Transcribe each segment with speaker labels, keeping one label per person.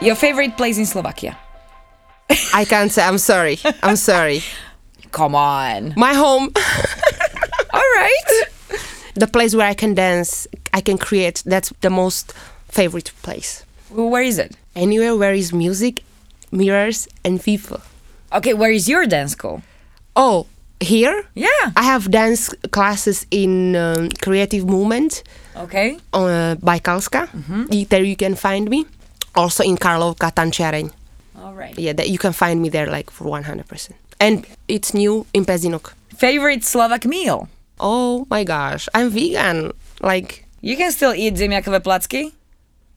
Speaker 1: Your favorite place in Slovakia?
Speaker 2: I can't say. I'm sorry. I'm sorry.
Speaker 1: Come on.
Speaker 2: My home,
Speaker 1: All right.
Speaker 2: the place where I can dance, I can create. That's the most favorite place.
Speaker 1: Where is it?
Speaker 2: Anywhere where is music, mirrors, and people.
Speaker 1: Okay, where is your dance school?
Speaker 2: Oh, here?
Speaker 1: Yeah.
Speaker 2: I have dance classes in um, Creative Movement
Speaker 1: Okay.
Speaker 2: uh, by Kalska. Y- There you can find me. Also in Karlovka Tančereň.
Speaker 1: All right.
Speaker 2: Yeah, that you can find me there like for 100%. And it's new in Pezinok.
Speaker 1: Favorite Slovak meal?
Speaker 2: Oh my gosh, I'm vegan. Like
Speaker 1: You can still eat zemiakové placky.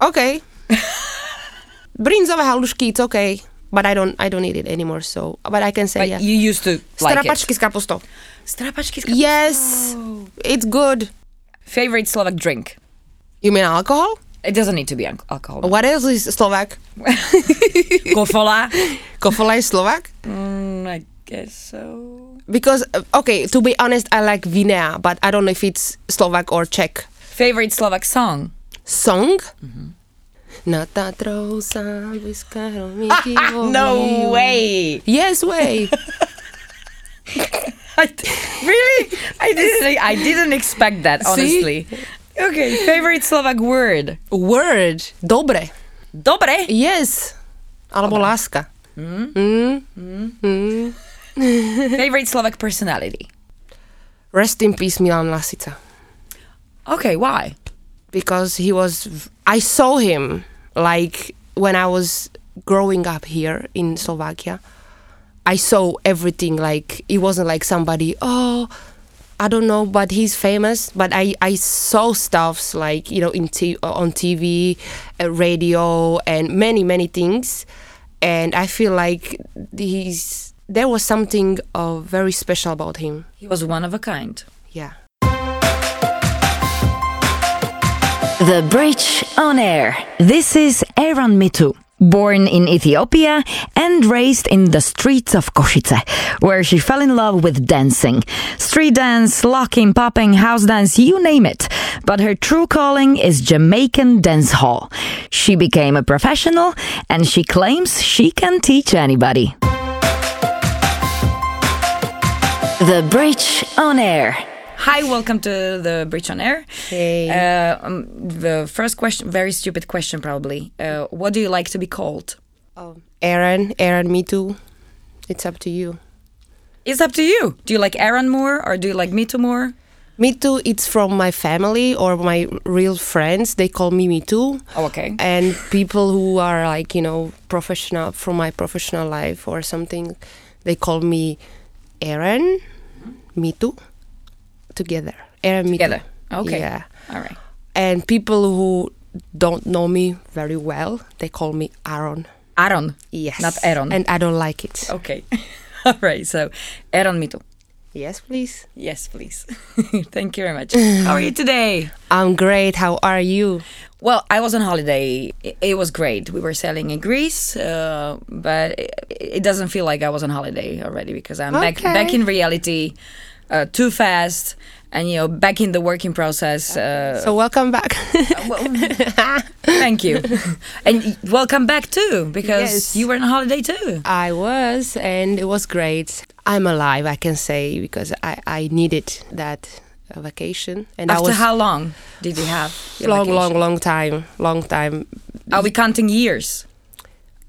Speaker 2: Okay. Brinzové halušky, it's okay. But I don't I don't eat it anymore, so but I can say yeah.
Speaker 1: You used to like it. Oh.
Speaker 2: Strapačky s kapustou.
Speaker 1: Strapačky. s-
Speaker 2: Yes. It's good.
Speaker 1: Favorite Slovak drink?
Speaker 2: You mean alcohol?
Speaker 1: It doesn't need to be al- alcohol.
Speaker 2: What else is Slovak?
Speaker 1: Kofola?
Speaker 2: Kofola is Slovak?
Speaker 1: Mm, I guess so.
Speaker 2: Because uh, okay, to be honest, I like Vinea, but I don't know if it's Slovak or Czech.
Speaker 1: Favorite Slovak song?
Speaker 2: Song?
Speaker 1: Mm-hmm.
Speaker 2: Na ta trousa, blízka rovníky volajú.
Speaker 1: way.
Speaker 2: Yes Ah, way.
Speaker 1: I d- really? I didn't. I didn't expect that. Honestly. Okay. Favorite Slovak word?
Speaker 2: Word. Dobre.
Speaker 1: Dobre.
Speaker 2: Yes. Alebo láska.
Speaker 1: Favorite Slovak personality?
Speaker 2: Rest in peace, Milan Lasica.
Speaker 1: Okay. Why?
Speaker 2: Because he was. v- I saw him like when I was growing up here in Slovakia. I saw everything. Like, it wasn't like somebody, oh, I don't know, but he's famous. But I, I saw stuffs like, you know, in t- on TV, uh, radio, and many, many things. And I feel like he's. There was something uh, very special about him.
Speaker 1: He was one of a kind.
Speaker 2: Yeah.
Speaker 3: The Bridge on Air. This is Aaron Mitu, born in Ethiopia and raised in the streets of Košice, where she fell in love with dancing. Street dance, locking, popping, house dance, you name it. But her true calling is Jamaican dance hall. She became a professional and she claims she can teach anybody. The Bridge on Air.
Speaker 1: Hi, welcome to the Bridge on Air.
Speaker 2: Hey.
Speaker 1: Uh, um, the first question, very stupid question, probably. Uh, what do you like to be called?
Speaker 2: Oh, Aaron, Aaron, me too. It's up to you.
Speaker 1: It's up to you. Do you like Aaron more or do you like Mito more?
Speaker 2: Me too. It's from my family or my real friends. They call me me too.
Speaker 1: Oh, okay.
Speaker 2: And people who are like you know professional from my professional life or something, they call me Aaron, me too. Together, Aaron, me
Speaker 1: Together.
Speaker 2: Too.
Speaker 1: Okay.
Speaker 2: Yeah.
Speaker 1: All right.
Speaker 2: And people who don't know me very well, they call me Aaron.
Speaker 1: Aaron.
Speaker 2: Yes.
Speaker 1: Not Aaron. Oh.
Speaker 2: And I don't like it.
Speaker 1: Okay. All right. So, Aaron Mito.
Speaker 2: Yes, please.
Speaker 1: Yes, please. Thank you very much. How are you today?
Speaker 2: I'm great. How are you?
Speaker 1: Well, I was on holiday. I- It was great. We were sailing in Greece, uh, but it, it doesn't feel like I was on holiday already because I'm back
Speaker 2: Okay.
Speaker 1: back in reality, uh, too fast, and you know, back in the working process. Uh,
Speaker 2: So welcome back.
Speaker 1: well, thank you, and y- welcome back too because
Speaker 2: Yes.
Speaker 1: you were on holiday too.
Speaker 2: I was, and it was great. I'm alive, I can say, because I, I needed that uh, vacation. And I
Speaker 1: After
Speaker 2: was
Speaker 1: how long did you have? your
Speaker 2: long,
Speaker 1: vacation?
Speaker 2: long, long time, long time.
Speaker 1: Are we counting years?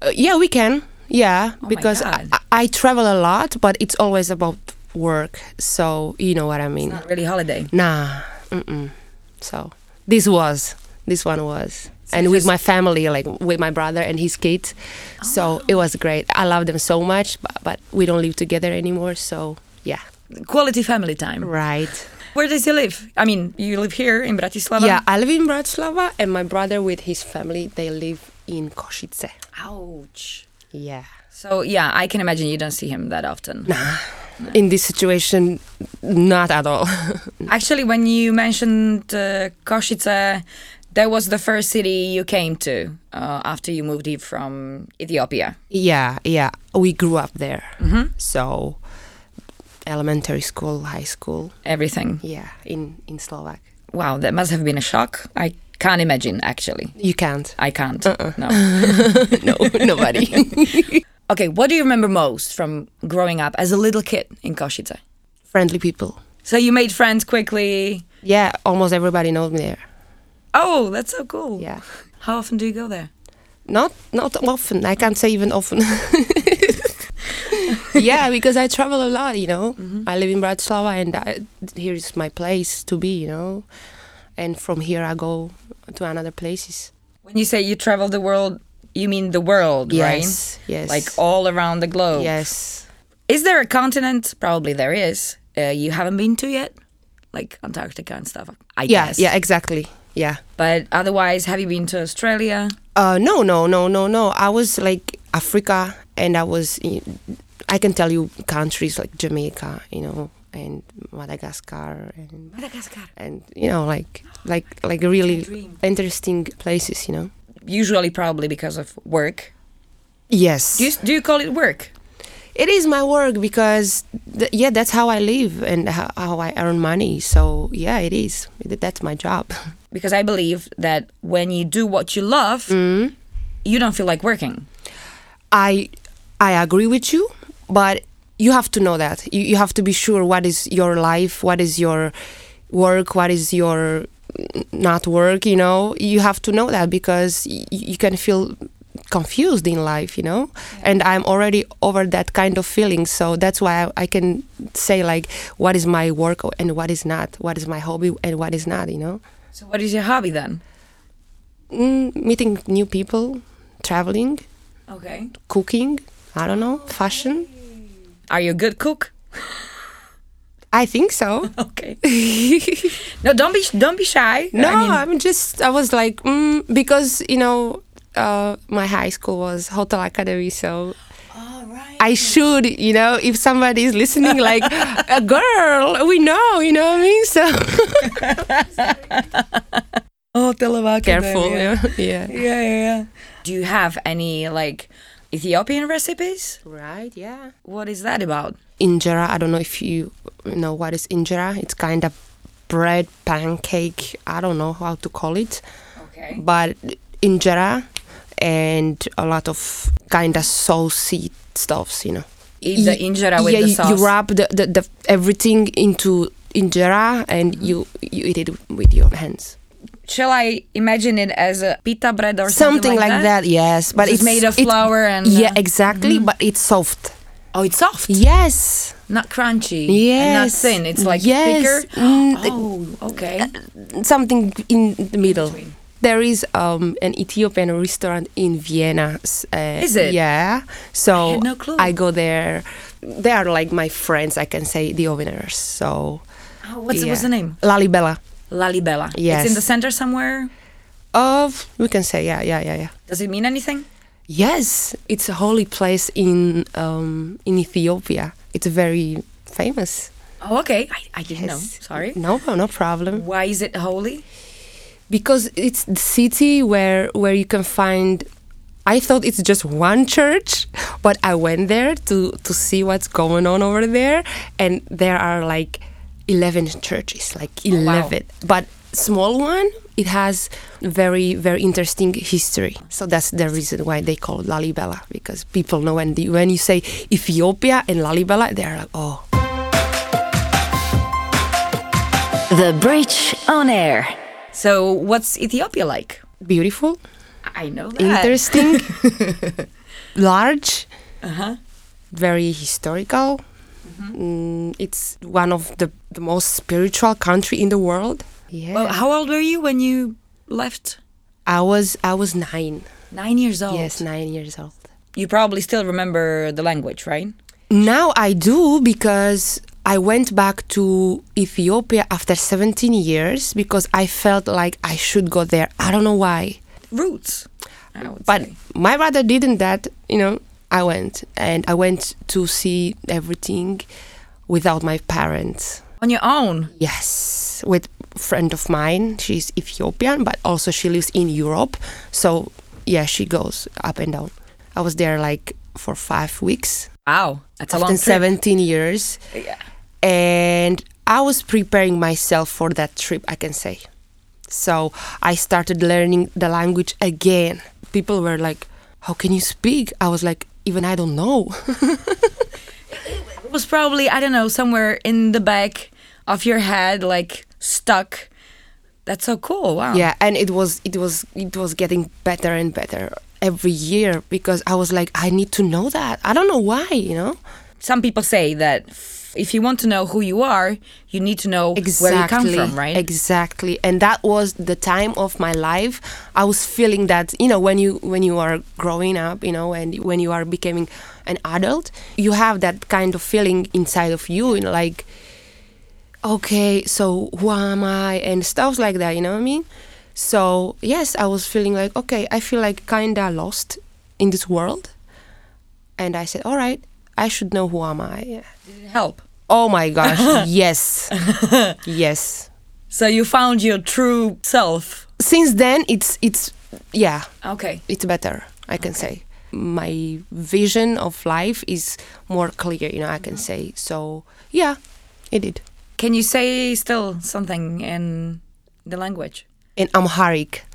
Speaker 2: Uh, yeah, we can. Yeah, because I, I, I travel a lot, but it's always about work. So you know what I mean.
Speaker 1: Not really holiday.
Speaker 2: Nah. Mm-mm. So this was this one was. and with my family, like with my brother and his kids, so it was great. I love them so much, but, but we don't live together anymore. So yeah,
Speaker 1: Quality family time.
Speaker 2: right.
Speaker 1: Where does he live? I mean, you live here in Bratislava.
Speaker 2: Yeah, I live in Bratislava, and my brother with his family they live in Košice.
Speaker 1: Ouch.
Speaker 2: Yeah.
Speaker 1: So yeah, I can imagine you don't see him that often.
Speaker 2: In this situation, not at all.
Speaker 1: Actually, when you mentioned uh, Košice, that was the first city you came to uh, after you moved here from Ethiopia.
Speaker 2: yeah, yeah. We grew up there, so elementary school, high school.
Speaker 1: Everything.
Speaker 2: Yeah, in in Slovak.
Speaker 1: Wow, that must have been a shock. I can't imagine, actually.
Speaker 2: You can't.
Speaker 1: I can't.
Speaker 2: Uh-uh.
Speaker 1: No.
Speaker 2: no, nobody.
Speaker 1: Okay, what do you remember most from growing up as a little kid in Košice?
Speaker 2: Friendly people.
Speaker 1: So you made friends quickly.
Speaker 2: Yeah, almost everybody knows me there.
Speaker 1: Oh, that's so cool.
Speaker 2: Yeah.
Speaker 1: How often do you go there?
Speaker 2: Not not often. I can't say even often. yeah, because I travel a lot, you know. I live in Bratislava and I, here is my place to be, you know. And from here I go to another places.
Speaker 1: When you say you travel the world, you mean the world,
Speaker 2: Yes.
Speaker 1: right?
Speaker 2: Yes.
Speaker 1: Like oh. all around the globe.
Speaker 2: Yes.
Speaker 1: Is there a continent? Probably there is. Uh, you haven't been to yet, like Antarctica and stuff. I
Speaker 2: Yeah,
Speaker 1: guess.
Speaker 2: yeah, exactly. Yeah.
Speaker 1: But otherwise, have you been to Australia?
Speaker 2: Uh, no, no, no, no, no. I was like Africa, and I was. In, I can tell you countries like Jamaica, you know, and Madagascar, and
Speaker 1: Madagascar.
Speaker 2: and you know, like like like really
Speaker 1: dream.
Speaker 2: interesting places, you know.
Speaker 1: Usually, probably because of work.
Speaker 2: Yes,
Speaker 1: Do you, do you call it work?
Speaker 2: it is my work because th- yeah, that's how I live and how, how I earn money. So yeah, it is. Th- That's my job.
Speaker 1: Because I believe that when you do what you love,
Speaker 2: Mm.
Speaker 1: you don't feel like working.
Speaker 2: I I agree with you, but you have to know that. You you have to be sure what is your life, what is your work, what is your mm, not work, you know? You have to know that because y- you can feel confused in life, you know? And I'm already over that kind of feeling, so that's why I, I can say like what is my work and what is not, what is my hobby and what is not, you know?
Speaker 1: So, what is your hobby then?
Speaker 2: Mm, meeting new people, traveling,
Speaker 1: Okay.
Speaker 2: cooking, I don't know, fashion.
Speaker 1: Are you a good cook?
Speaker 2: I think so.
Speaker 1: Okay. no, don't be don't be shy.
Speaker 2: No,
Speaker 1: I mean,
Speaker 2: I'm just. I was like, mm, because you know, uh, my high school was Hotel Academy, so I should, you know, if somebody is listening, like a girl, we know, you know what I mean. So
Speaker 1: oh, Televaka.
Speaker 2: careful, eh, yeah. yeah.
Speaker 1: yeah, yeah, yeah. Do you have any like Ethiopian recipes?
Speaker 2: Right, yeah.
Speaker 1: What is that about?
Speaker 2: Injera. I don't know if you know what is injera. It's kind of bread pancake. I don't know how to call it.
Speaker 1: Okay.
Speaker 2: but injera and a lot of kind of saucy stuffs, you know.
Speaker 1: Eat the
Speaker 2: Y-
Speaker 1: injera with
Speaker 2: yeah,
Speaker 1: the
Speaker 2: you-
Speaker 1: sauce.
Speaker 2: You wrap the, the, the everything into injera and you you eat it with your hands.
Speaker 1: Shall I imagine it as a pita bread or
Speaker 2: Something,
Speaker 1: something, like, that?
Speaker 2: yes. But
Speaker 1: Which is
Speaker 2: it's
Speaker 1: made of
Speaker 2: it-
Speaker 1: flour and,
Speaker 2: yeah,
Speaker 1: uh,
Speaker 2: exactly. But it's soft.
Speaker 1: Oh, it's soft,
Speaker 2: Yes,
Speaker 1: not crunchy, and not
Speaker 2: yes.
Speaker 1: thin. It's like
Speaker 2: yes.
Speaker 1: thicker.
Speaker 2: Mm,
Speaker 1: Oh, okay.
Speaker 2: something in the middle. There is um, an Ethiopian restaurant in Vienna. s- Uh,
Speaker 1: Is it?
Speaker 2: Yeah. So
Speaker 1: I had no clue.
Speaker 2: I go there. They are like my friends. I can say the owners. So
Speaker 1: Oh, what's,
Speaker 2: yeah.
Speaker 1: what's the name?
Speaker 2: Lalibela.
Speaker 1: Lalibela. It's
Speaker 2: Yes.
Speaker 1: in the center somewhere.
Speaker 2: Of we can say yeah, yeah, yeah, yeah.
Speaker 1: Does it mean anything?
Speaker 2: Yes, it's a holy place in um, in Ethiopia. It's very famous.
Speaker 1: Oh, okay. I, I didn't know.
Speaker 2: Yes.
Speaker 1: Sorry.
Speaker 2: No, no problem.
Speaker 1: Why is it holy?
Speaker 2: because it's the city where where you can find I thought it's just one church, but I went there to to see what's going on over there and there are like 11 churches, like 11.
Speaker 1: wow.
Speaker 2: But small one, it has very very interesting history. So that's the reason why they call it Lalibela because people know when the, when you say Ethiopia and Lalibela, they're like, "Oh,
Speaker 3: The Bridge on Air.
Speaker 1: So, what's Ethiopia like?
Speaker 2: beautiful,
Speaker 1: I know that.
Speaker 2: interesting." large, very historical. Mm, it's one of the, the most spiritual country in the world. Yeah.
Speaker 1: Well, how old were you when you left?
Speaker 2: I was I was nine.
Speaker 1: Nine years old.
Speaker 2: Yes, nine years old.
Speaker 1: You probably still remember the language, right?
Speaker 2: Now I do because I went back to Ethiopia after 17 years because I felt like I should go there. I don't know why.
Speaker 1: Roots. I would
Speaker 2: But
Speaker 1: say.
Speaker 2: my brother didn't that, you know. I went and I went to see everything without my parents.
Speaker 1: on your own.
Speaker 2: Yes, with friend of mine. She's Ethiopian, but also she lives in Europe. So, yeah, she goes up and down. I was there like for 5 weeks.
Speaker 1: Wow, that's a
Speaker 2: After
Speaker 1: long trip.
Speaker 2: 17 years.
Speaker 1: Yeah.
Speaker 2: And I was preparing myself for that trip, I can say. So I started learning the language again. People were like, How can you speak? I was like, Even I don't know.
Speaker 1: It was probably I don't know somewhere in the back of your head, like stuck. That's so cool. Wow.
Speaker 2: yeah, and it was it was it was getting better and better every year because I was like, I need to know that. I don't know why, you know?
Speaker 1: Some people say that f- if you want to know who you are, you need to know where you come from, right?
Speaker 2: Exactly. And that was the time of my life. I was feeling that, you know, when you when you are growing up, you know, and when you are becoming an adult, you have that kind of feeling inside of you, you know, like okay, so who am I and stuff like that, you know what I mean? So, yes, I was feeling like okay, I feel like kind of lost in this world. And I said, "All right, I should know who am I."
Speaker 1: Help.
Speaker 2: Oh my gosh, yes. yes.
Speaker 1: So you found your true self.
Speaker 2: Since then it's it's yeah,
Speaker 1: Okay.
Speaker 2: it's better, I can say. My vision of life is more clear, you know, I can say. So yeah, it did.
Speaker 1: Can you say still something in the language?
Speaker 2: In Amharic.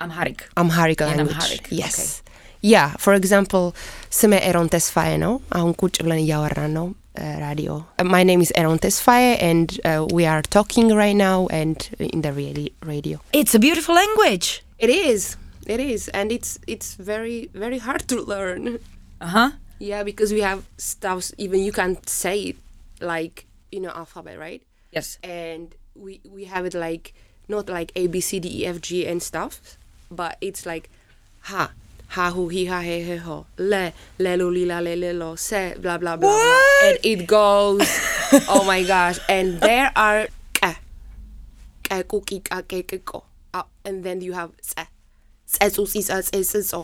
Speaker 1: Amharic.
Speaker 2: Amharic
Speaker 1: In
Speaker 2: language.
Speaker 1: Amharic,
Speaker 2: Yes. Yeah, for example, Sime Eron Tesfaeno, Aun Kuchlan Yawarano Radio. Uh, My name is Eron Tesfaye, and uh, we are talking right now and in the really radio.
Speaker 1: It's a beautiful language.
Speaker 2: It is. It is, and it's it's very very hard to learn.
Speaker 1: Uh huh.
Speaker 2: Yeah, because we have stuff even you can't say it like you know alphabet, right?
Speaker 1: Yes.
Speaker 2: And we we have it like not like A B C D E F G and stuff, but it's like ha ha hu hi ha he he ho le le lu li la le le lo se blah blah blah, blah. and it goes. oh my gosh! And there are k k ku ki ka ke ke ko Uh, and then you have se se su si sa se se so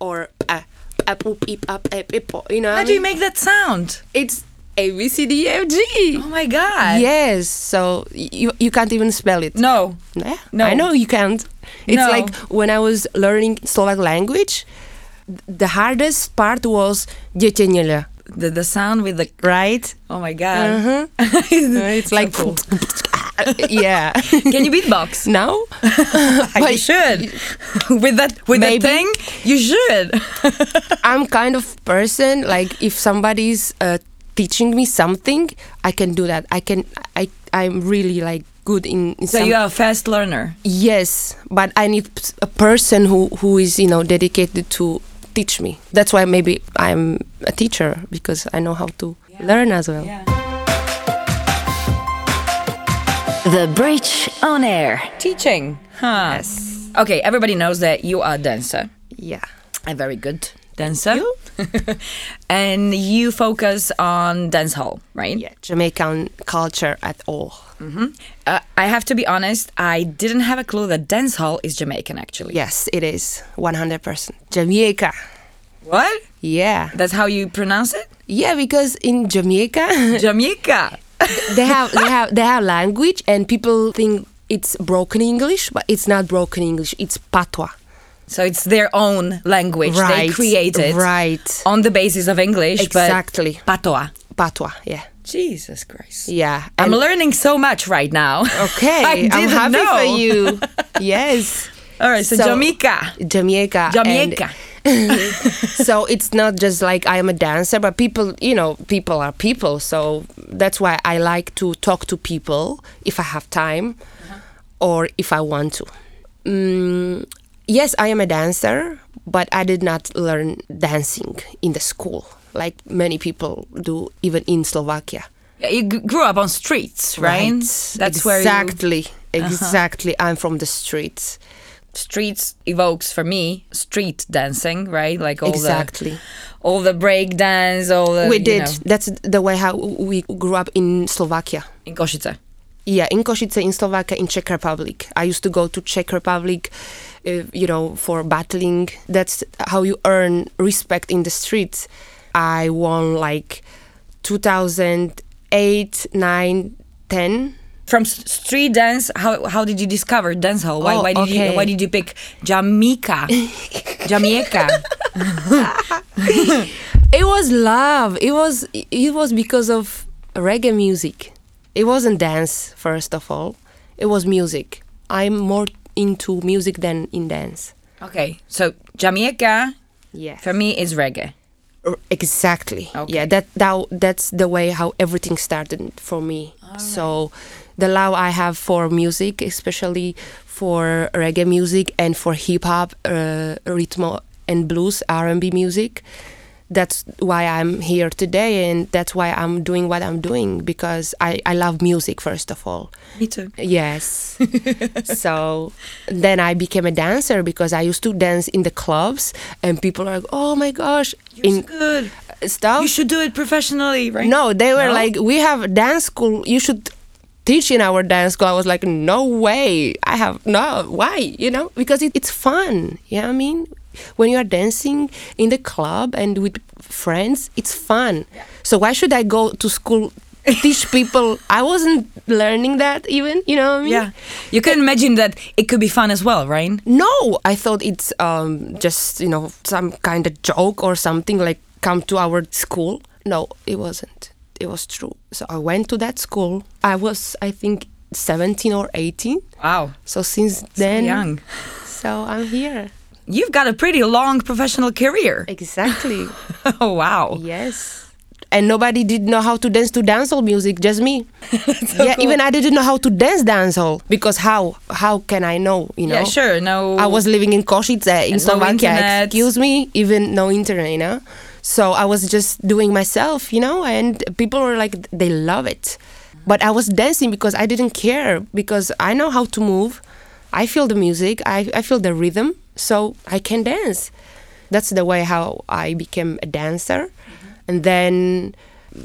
Speaker 2: or pa pa pu pi pa pe pe po. You know. what I
Speaker 1: How do you
Speaker 2: mean?
Speaker 1: make that sound?
Speaker 2: It's A B C D E F G.
Speaker 1: Oh my god.
Speaker 2: Yes, so y- you you can't even spell it.
Speaker 1: No.
Speaker 2: Yeah,
Speaker 1: No.
Speaker 2: I know you can't. It's
Speaker 1: No.
Speaker 2: like when I was learning Slovak language, th- the hardest part was dětěněle,
Speaker 1: The the sound with the
Speaker 2: right?
Speaker 1: Oh my god.
Speaker 2: It's like
Speaker 1: cool.
Speaker 2: yeah.
Speaker 1: Can you beatbox?
Speaker 2: now?
Speaker 1: you should. with that with that
Speaker 2: Maybe.
Speaker 1: thing, you should.
Speaker 2: I'm kind of person like if somebody's uh, teaching me something, I can do that. I can I I'm really like good in, in
Speaker 1: so
Speaker 2: some
Speaker 1: you are a fast learner.
Speaker 2: Yes, but I need p- a person who who is you know dedicated to teach me. That's why maybe I'm a teacher because I know how to learn as well.
Speaker 4: The Bridge on Air.
Speaker 1: Teaching. Huh. Yes. Okay, everybody knows that you are a dancer.
Speaker 2: Yeah.
Speaker 1: A very good dancer. and you focus on dance hall, right?
Speaker 2: Yeah, Jamaican culture at all.
Speaker 1: Uh, I have to be honest, I didn't have a clue that dance hall is Jamaican actually.
Speaker 2: Yes, it is 100% Jamaica.
Speaker 1: What?
Speaker 2: Yeah,
Speaker 1: That's how you pronounce it?
Speaker 2: yeah, because in Jamaica
Speaker 1: Jamaica.
Speaker 2: they have they have they have language and people think it's broken English, but it's not broken English. It's patois.
Speaker 1: So it's their own language they
Speaker 2: Right,
Speaker 1: created
Speaker 2: right.
Speaker 1: on the basis of English,
Speaker 2: Exactly.
Speaker 1: but patois.
Speaker 2: Patois. Yeah.
Speaker 1: Jesus Christ.
Speaker 2: Yeah.
Speaker 1: I'm
Speaker 2: and-
Speaker 1: learning so much right now.
Speaker 2: Okay,
Speaker 1: I didn't
Speaker 2: am happy
Speaker 1: know.
Speaker 2: for you. yes.
Speaker 1: All right, so, Jamaica.
Speaker 2: Jamaica. and-
Speaker 1: Jamaica.
Speaker 2: so it's not just like I am a dancer, but people, you know, people are people. So that's why I like to talk to
Speaker 1: Uh-huh.
Speaker 2: people if I have time or if I want to. Mm, yes, I am a dancer, but I did not learn dancing in the school like many people do, even in Slovakia.
Speaker 1: You g- grew up on streets, right? That's
Speaker 2: exactly,
Speaker 1: where you, Uh-huh.
Speaker 2: exactly. I'm from the streets.
Speaker 1: streets evokes for me street dancing, right? Like all
Speaker 2: Exactly.
Speaker 1: the all the break dance, all the
Speaker 2: we
Speaker 1: you
Speaker 2: did.
Speaker 1: know,
Speaker 2: That's the way how we grew up in Slovakia.
Speaker 1: in Košice.
Speaker 2: Yeah, in Košice, in Slovakia, in Czech Republic. I used to go to Czech Republic, uh, you know, for battling. That's how you earn respect in the streets. I won like 2008, 9, 10.
Speaker 1: From s- street dance, how how did you discover dancehall? Why
Speaker 2: Oh,
Speaker 1: why did you
Speaker 2: okay.
Speaker 1: why did you pick Jamaica, Jamaica?
Speaker 2: It was love. It was it was because of reggae music. It wasn't dance first of all. It was music. I'm more into music than in dance.
Speaker 1: Okay, so Jamaica
Speaker 2: Yeah.
Speaker 1: for me is reggae.
Speaker 2: R- Uh, Exactly.
Speaker 1: Okay.
Speaker 2: Yeah, that, that that's the way how everything started for me. So the love I have for music, especially for reggae music and for hip hop, uh, rhythm and blues, R&B music. That's why I'm here today and that's why I'm doing what I'm doing because I, I love music first of all.
Speaker 1: Me too.
Speaker 2: Yes. so then I became a dancer because I used to dance in the clubs and people are like, "Oh my gosh, in
Speaker 1: Good.
Speaker 2: stuff.
Speaker 1: You should do it professionally, right?
Speaker 2: no, they were
Speaker 1: No?
Speaker 2: like, we have dance school. You should teach in our dance school. I was like, no way. I have no. Why? You know, because it, it's fun. Yeah, I mean, when you are dancing in the club and with friends, it's fun. So why should I go to school? teach people i wasn't learning that even you know what i mean
Speaker 1: Yeah. You can imagine that it could be fun as well, right?
Speaker 2: no, I thought it's um, just, you know, some kind of joke or something like come to our school. No, it wasn't. It was true. So I went to that school. I was, I think, 17 or 18.
Speaker 1: Wow.
Speaker 2: So since then,
Speaker 1: young.
Speaker 2: So I'm here.
Speaker 1: You've got a pretty long professional career.
Speaker 2: Exactly.
Speaker 1: Oh wow.
Speaker 2: yes. And nobody did know how to dance to dancehall music, just me. yeah,
Speaker 1: cool.
Speaker 2: even I didn't know how to dance dancehall because how how can I know, you know?
Speaker 1: Yeah, sure. No
Speaker 2: I was living in Košice uh,
Speaker 1: And
Speaker 2: in
Speaker 1: no
Speaker 2: Slovakia.
Speaker 1: internet.
Speaker 2: Excuse me, even no internet, you know. So I was just doing myself, you know, and people were like, they love it. But I was dancing because I didn't care because I know how to move. I feel the music, I, I feel the rhythm, so I can dance. That's the way how I became a dancer. And then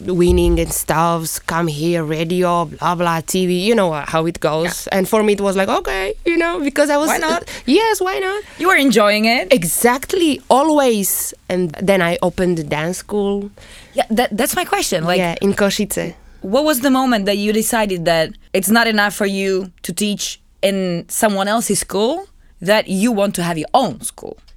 Speaker 2: winning and stuffs come here radio blah blah tv you know how it goes and for me it was like okay you know because i was
Speaker 1: Why not?
Speaker 2: yes why not
Speaker 1: You were enjoying it.
Speaker 2: exactly always and then i opened the dance school
Speaker 1: Yeah, that, that's my question. Like
Speaker 2: yeah in košice
Speaker 1: what was the moment that you decided that it's not enough for you to teach in someone else's school that you want to have your own school?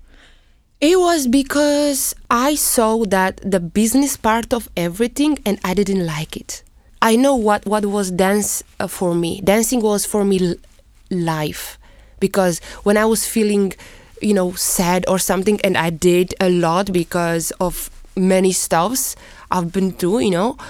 Speaker 2: it was because i saw that the business part of everything and i didn't like it i know what what was dance uh, for me dancing was for me l- life because when i was feeling you know sad or something and i did a lot because of many stuffs i've been through you know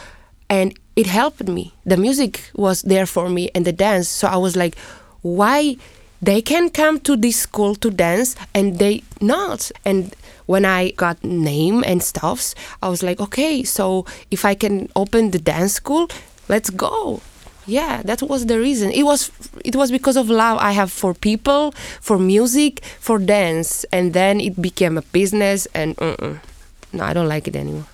Speaker 2: and it helped me the music was there for me and the dance so i was like why they can come to this school to dance and they not and when i got name and stuffs i was like okay so if i can open the dance school let's go yeah that was the reason it was it was because of love i have for people for music for dance and then it became a business and uh-uh. no i don't like it anymore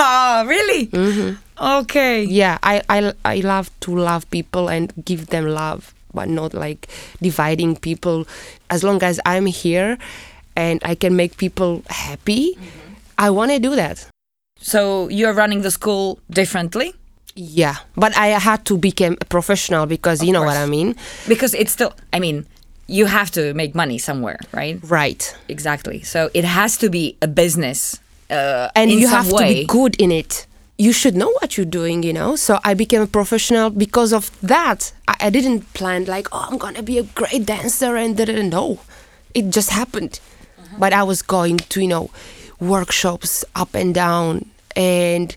Speaker 1: Ah, really? Mm-hmm. Okay.
Speaker 2: yeah I, I i love to love people and give them love but not like dividing people as long as i'm here and i can make people happy i want to do that
Speaker 1: So you're running the school differently
Speaker 2: yeah but i had to become a professional because you know what i mean
Speaker 1: because it's still I mean, you have to make money somewhere, right?
Speaker 2: right
Speaker 1: Exactly. So it has to be a business. Uh,
Speaker 2: and
Speaker 1: in
Speaker 2: you
Speaker 1: some
Speaker 2: have
Speaker 1: way.
Speaker 2: to be good in it you should know what you're doing you know so i became a professional because of that i, I didn't plan like oh i'm gonna be a great dancer and da, da, da. no it just happened
Speaker 1: Uh-huh.
Speaker 2: but i was going to you know workshops up and down and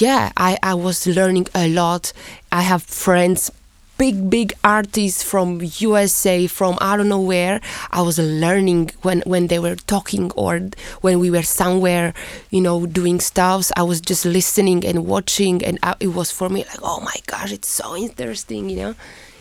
Speaker 2: yeah i i was learning a lot i have friends big big artists from USA from I don't know where I was learning when when they were talking or when we were somewhere you know doing stuffs I was just listening and watching and I, it was for me like oh my gosh it's so interesting you know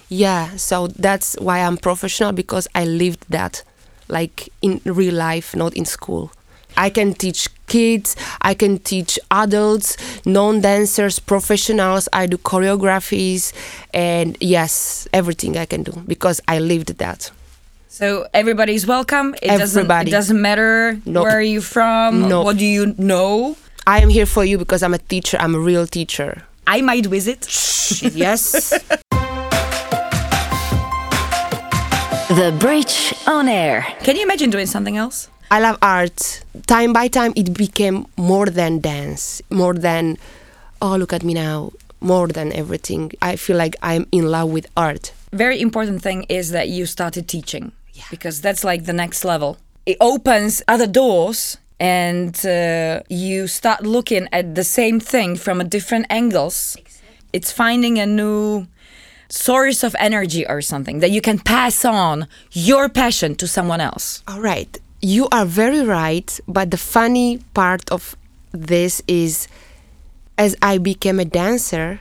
Speaker 2: yeah so that's why I'm professional because I lived that like in real life not in school I can teach kids, I can teach adults, non dancers, professionals. I do choreographies, and yes, everything I can do because I lived that.
Speaker 1: So everybody's welcome. It Everybody. doesn't it doesn't matter nope. where are you from, nope. what do you know.
Speaker 2: I am here for you because I'm a teacher, I'm a real teacher.
Speaker 1: I might visit.
Speaker 2: yes.
Speaker 3: the Bridge on Air.
Speaker 1: Can you imagine doing something else?
Speaker 2: I love art. Time by time, it became more than dance, more than, oh, look at me now, more than everything. I feel like I'm in love with art.
Speaker 1: Very important thing is that you started teaching yeah. because that's like the next level. It opens other doors and uh, you start looking at the same thing from a different angles. Exactly. It's finding a new source of energy or something that you can pass on your passion to someone else.
Speaker 2: All right you are very right but the funny part of this is as i became a dancer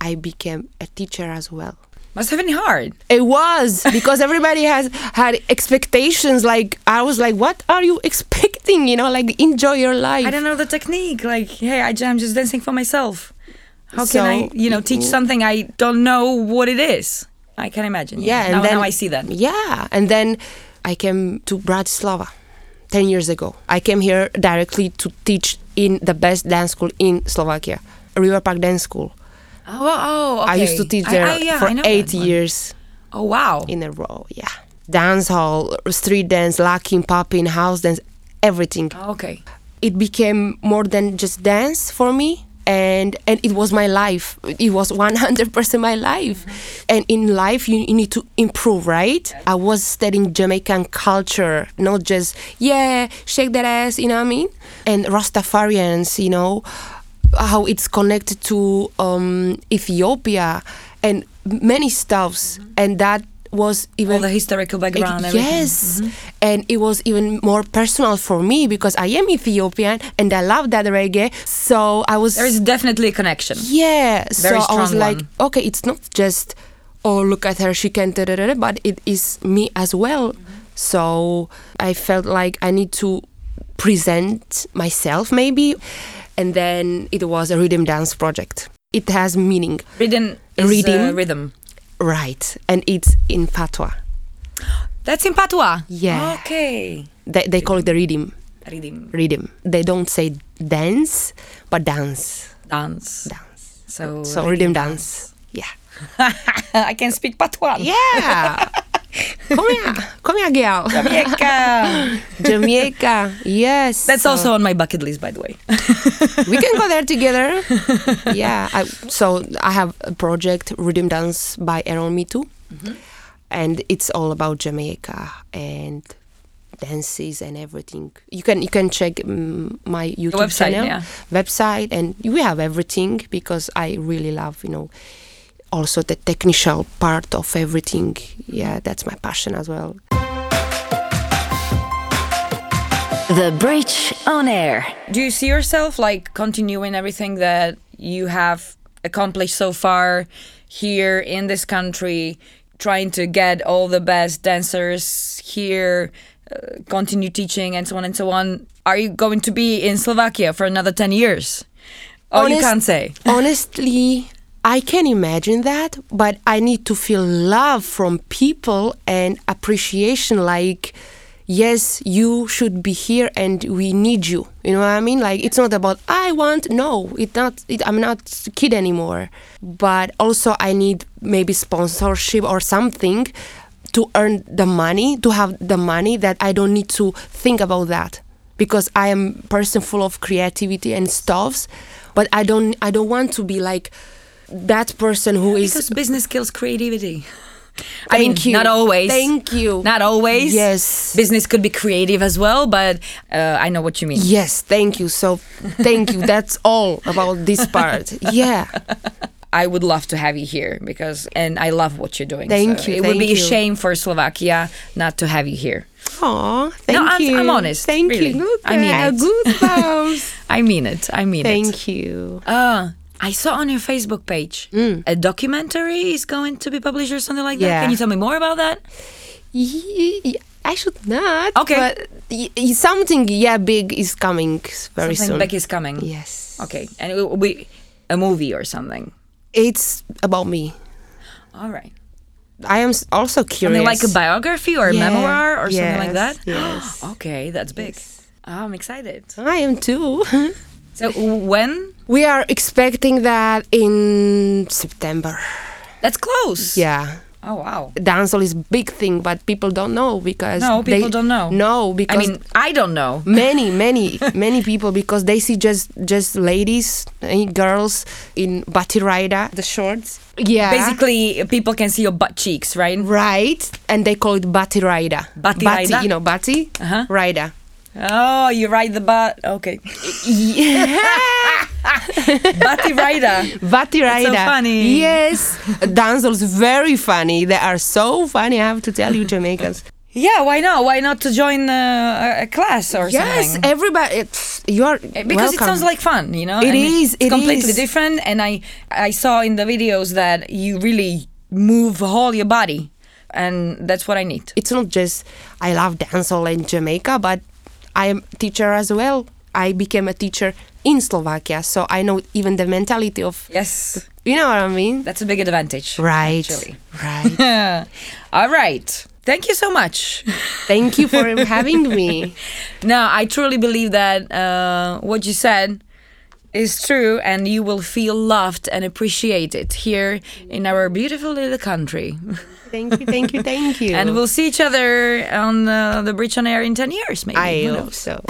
Speaker 2: i became a teacher as well
Speaker 1: must have been hard
Speaker 2: it was because everybody has had expectations like i was like what are you expecting you know like enjoy your life
Speaker 1: i don't know the technique like hey I, i'm just dancing for myself how so, can i you know teach something i don't know what it is i can imagine yeah, yeah. And now, then, now i see that
Speaker 2: yeah and then I came to Bratislava 10 years ago. I came here directly to teach in the best dance school in Slovakia, River Park Dance School.
Speaker 1: Oh, oh okay.
Speaker 2: I used to teach there I, I, yeah, for eight years.
Speaker 1: Oh, wow.
Speaker 2: In a row, yeah. Dance hall, street dance, locking, popping, house dance, everything.
Speaker 1: Oh, okay.
Speaker 2: It became more than just dance for me. And, and it was my life. It was 100% my life. Mm-hmm. And in life, you, you, need to improve, right? I was studying Jamaican culture, not just, yeah, shake that ass, you know what I mean? And Rastafarians, you know, how it's connected to um, Ethiopia and many stuffs. Mm-hmm. And that was even
Speaker 1: all the historical background.
Speaker 2: It, yes, mm-hmm. and it was even more personal for me because I am Ethiopian and I love that reggae. So I was
Speaker 1: there is definitely a connection.
Speaker 2: Yeah, Very so I was one. like, okay, it's not just oh look at her, she can, but it is me as well. Mm-hmm. So I felt like I need to present myself maybe, and then it was a rhythm dance project. It has meaning.
Speaker 1: Rhythm is rhythm. Uh, rhythm.
Speaker 2: Right, and it's in patois.
Speaker 1: That's in patois.
Speaker 2: Yeah.
Speaker 1: Okay.
Speaker 2: They, they call it the rhythm.
Speaker 1: Rhythm.
Speaker 2: Rhythm. They don't say dance, but dance.
Speaker 1: Dance.
Speaker 2: Dance.
Speaker 1: So.
Speaker 2: So rhythm, rhythm dance. dance.
Speaker 1: Yeah. I can speak patois.
Speaker 2: Yeah. come here, come here, girl.
Speaker 1: Jamaica,
Speaker 2: Jamaica. Yes.
Speaker 1: That's so. also on my bucket list, by the way.
Speaker 2: we can go there together. Yeah. I, so I have a project, Rhythm Dance by Aaron Me Too, mm-hmm. and it's all about Jamaica and dances and everything. You can you can check um, my YouTube the
Speaker 1: website,
Speaker 2: channel,
Speaker 1: yeah.
Speaker 2: website, and we have everything because I really love you know also the technical part of everything. Yeah, that's my passion as well.
Speaker 3: The Bridge on Air.
Speaker 1: Do you see yourself like continuing everything that you have accomplished so far here in this country, trying to get all the best dancers here, uh, continue teaching and so on and so on? Are you going to be in Slovakia for another 10 years? Oh, Honest- you can't say.
Speaker 2: honestly, I can imagine that, but I need to feel love from people and appreciation like yes, you should be here and we need you. You know what I mean? Like it's not about I want no, it's not it, I'm not a kid anymore. But also I need maybe sponsorship or something to earn the money, to have the money that I don't need to think about that because I am person full of creativity and stuffs, but I don't I don't want to be like that person who
Speaker 1: because
Speaker 2: is
Speaker 1: because business skills creativity
Speaker 2: I mean, you.
Speaker 1: not always.
Speaker 2: Thank you.
Speaker 1: Not always.
Speaker 2: Yes.
Speaker 1: Business could be creative as well, but uh, I know what you mean.
Speaker 2: Yes, thank you. So, thank you. That's all about this part. Yeah.
Speaker 1: I would love to have you here because, and I love what you're doing.
Speaker 2: Thank
Speaker 1: so
Speaker 2: you,
Speaker 1: It would
Speaker 2: thank
Speaker 1: be a
Speaker 2: you.
Speaker 1: shame for Slovakia not to have you here.
Speaker 2: Aw, thank
Speaker 1: no, I'm,
Speaker 2: you.
Speaker 1: I'm honest.
Speaker 2: Thank
Speaker 1: really.
Speaker 2: you. Look,
Speaker 1: I mean
Speaker 2: uh,
Speaker 1: it.
Speaker 2: Good vibes.
Speaker 1: I mean it. I mean it.
Speaker 2: thank you.
Speaker 1: Uh, I saw on your Facebook page a documentary is going to be published or something like that.
Speaker 2: Mm. Yeah.
Speaker 1: Can you tell me more about that?
Speaker 2: Y- y- I should not.
Speaker 1: Okay.
Speaker 2: But y- y- something, yeah, big is coming very
Speaker 1: something
Speaker 2: soon.
Speaker 1: back is coming.
Speaker 2: yes.
Speaker 1: Okay, and it will be a movie or something.
Speaker 2: It's about me.
Speaker 1: All right.
Speaker 2: I am s- also curious.
Speaker 1: Something like a biography or a
Speaker 2: Yeah,
Speaker 1: memoir or something like that.
Speaker 2: yes, yes.
Speaker 1: okay, that's big. Ah, I'm excited.
Speaker 2: I am too.
Speaker 1: So when?
Speaker 2: we are expecting that in September.
Speaker 1: That's close.
Speaker 2: Yeah.
Speaker 1: Oh wow.
Speaker 2: Dancehall is big thing, but people don't know because
Speaker 1: No,
Speaker 2: they-
Speaker 1: people don't know.
Speaker 2: No, because
Speaker 1: I mean, I don't know.
Speaker 2: many many many people because they see just just ladies and girls in batirida the shorts yeah
Speaker 1: Basically, people can see your butt cheeks, right?
Speaker 2: right and they call it batirida
Speaker 1: Bati
Speaker 2: Bati,
Speaker 1: rider?
Speaker 2: you know bati
Speaker 1: Uh-huh.
Speaker 2: rida
Speaker 1: Oh, you ride the butt. Okay. Butty rider. so
Speaker 2: batirida
Speaker 1: funny.
Speaker 2: yes dancehall's very funny they are so funny i have to tell you jamaicans
Speaker 1: Yeah, why not? Why not to join uh, a- a class or
Speaker 2: yes
Speaker 1: something? Eh,
Speaker 2: everybody it's, you are
Speaker 1: because it sounds
Speaker 2: welcome.
Speaker 1: like fun, you know.
Speaker 2: It
Speaker 1: and
Speaker 2: is,
Speaker 1: It's
Speaker 2: it
Speaker 1: completely
Speaker 2: is.
Speaker 1: different, and I I saw in the videos that you really move all your body, and that's what I need.
Speaker 2: it's not just I love dancehall in Jamaica, but I am teacher as well. I became a teacher in Slovakia, so I know even the mentality of
Speaker 1: Yes,
Speaker 2: you know what I mean.
Speaker 1: that's a big advantage.
Speaker 2: Right,
Speaker 1: actually.
Speaker 2: right.
Speaker 1: all right. Thank you so much.
Speaker 2: Thank you for having me.
Speaker 1: No, I truly believe that uh, what you said is true, and you will feel loved and appreciated here in our beautiful little country.
Speaker 2: Thank you, thank you, thank you.
Speaker 1: And we'll see each other on uh, the bridge on air in ten years, maybe.
Speaker 2: I
Speaker 1: Who
Speaker 2: hope
Speaker 1: knows?
Speaker 2: so.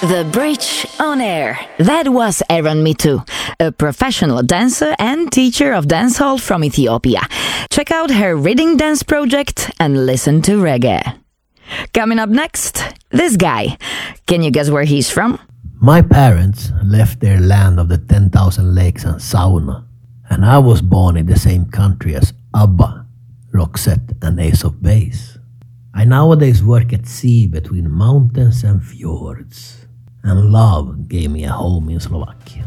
Speaker 5: The Bridge on Air. That was Aaron Mitu, a professional dancer and teacher of dancehall from Ethiopia. Check out her Reading Dance project and listen to reggae. Coming up next, this guy. Can you guess where he's from?
Speaker 6: My parents left their land of the 10,000 lakes and sauna, and I was born in the same country as ABBA, Roxette, and Ace of Base. I nowadays work at sea between mountains and fjords, and love gave me a home in Slovakia.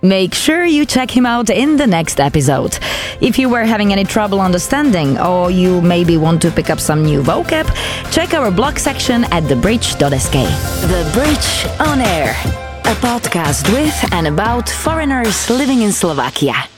Speaker 5: Make sure you check him out in the next episode. If you were having any trouble understanding, or you maybe want to pick up some new vocab, check our blog section at thebridge.sk. The Bridge on Air, a podcast with and about foreigners living in Slovakia.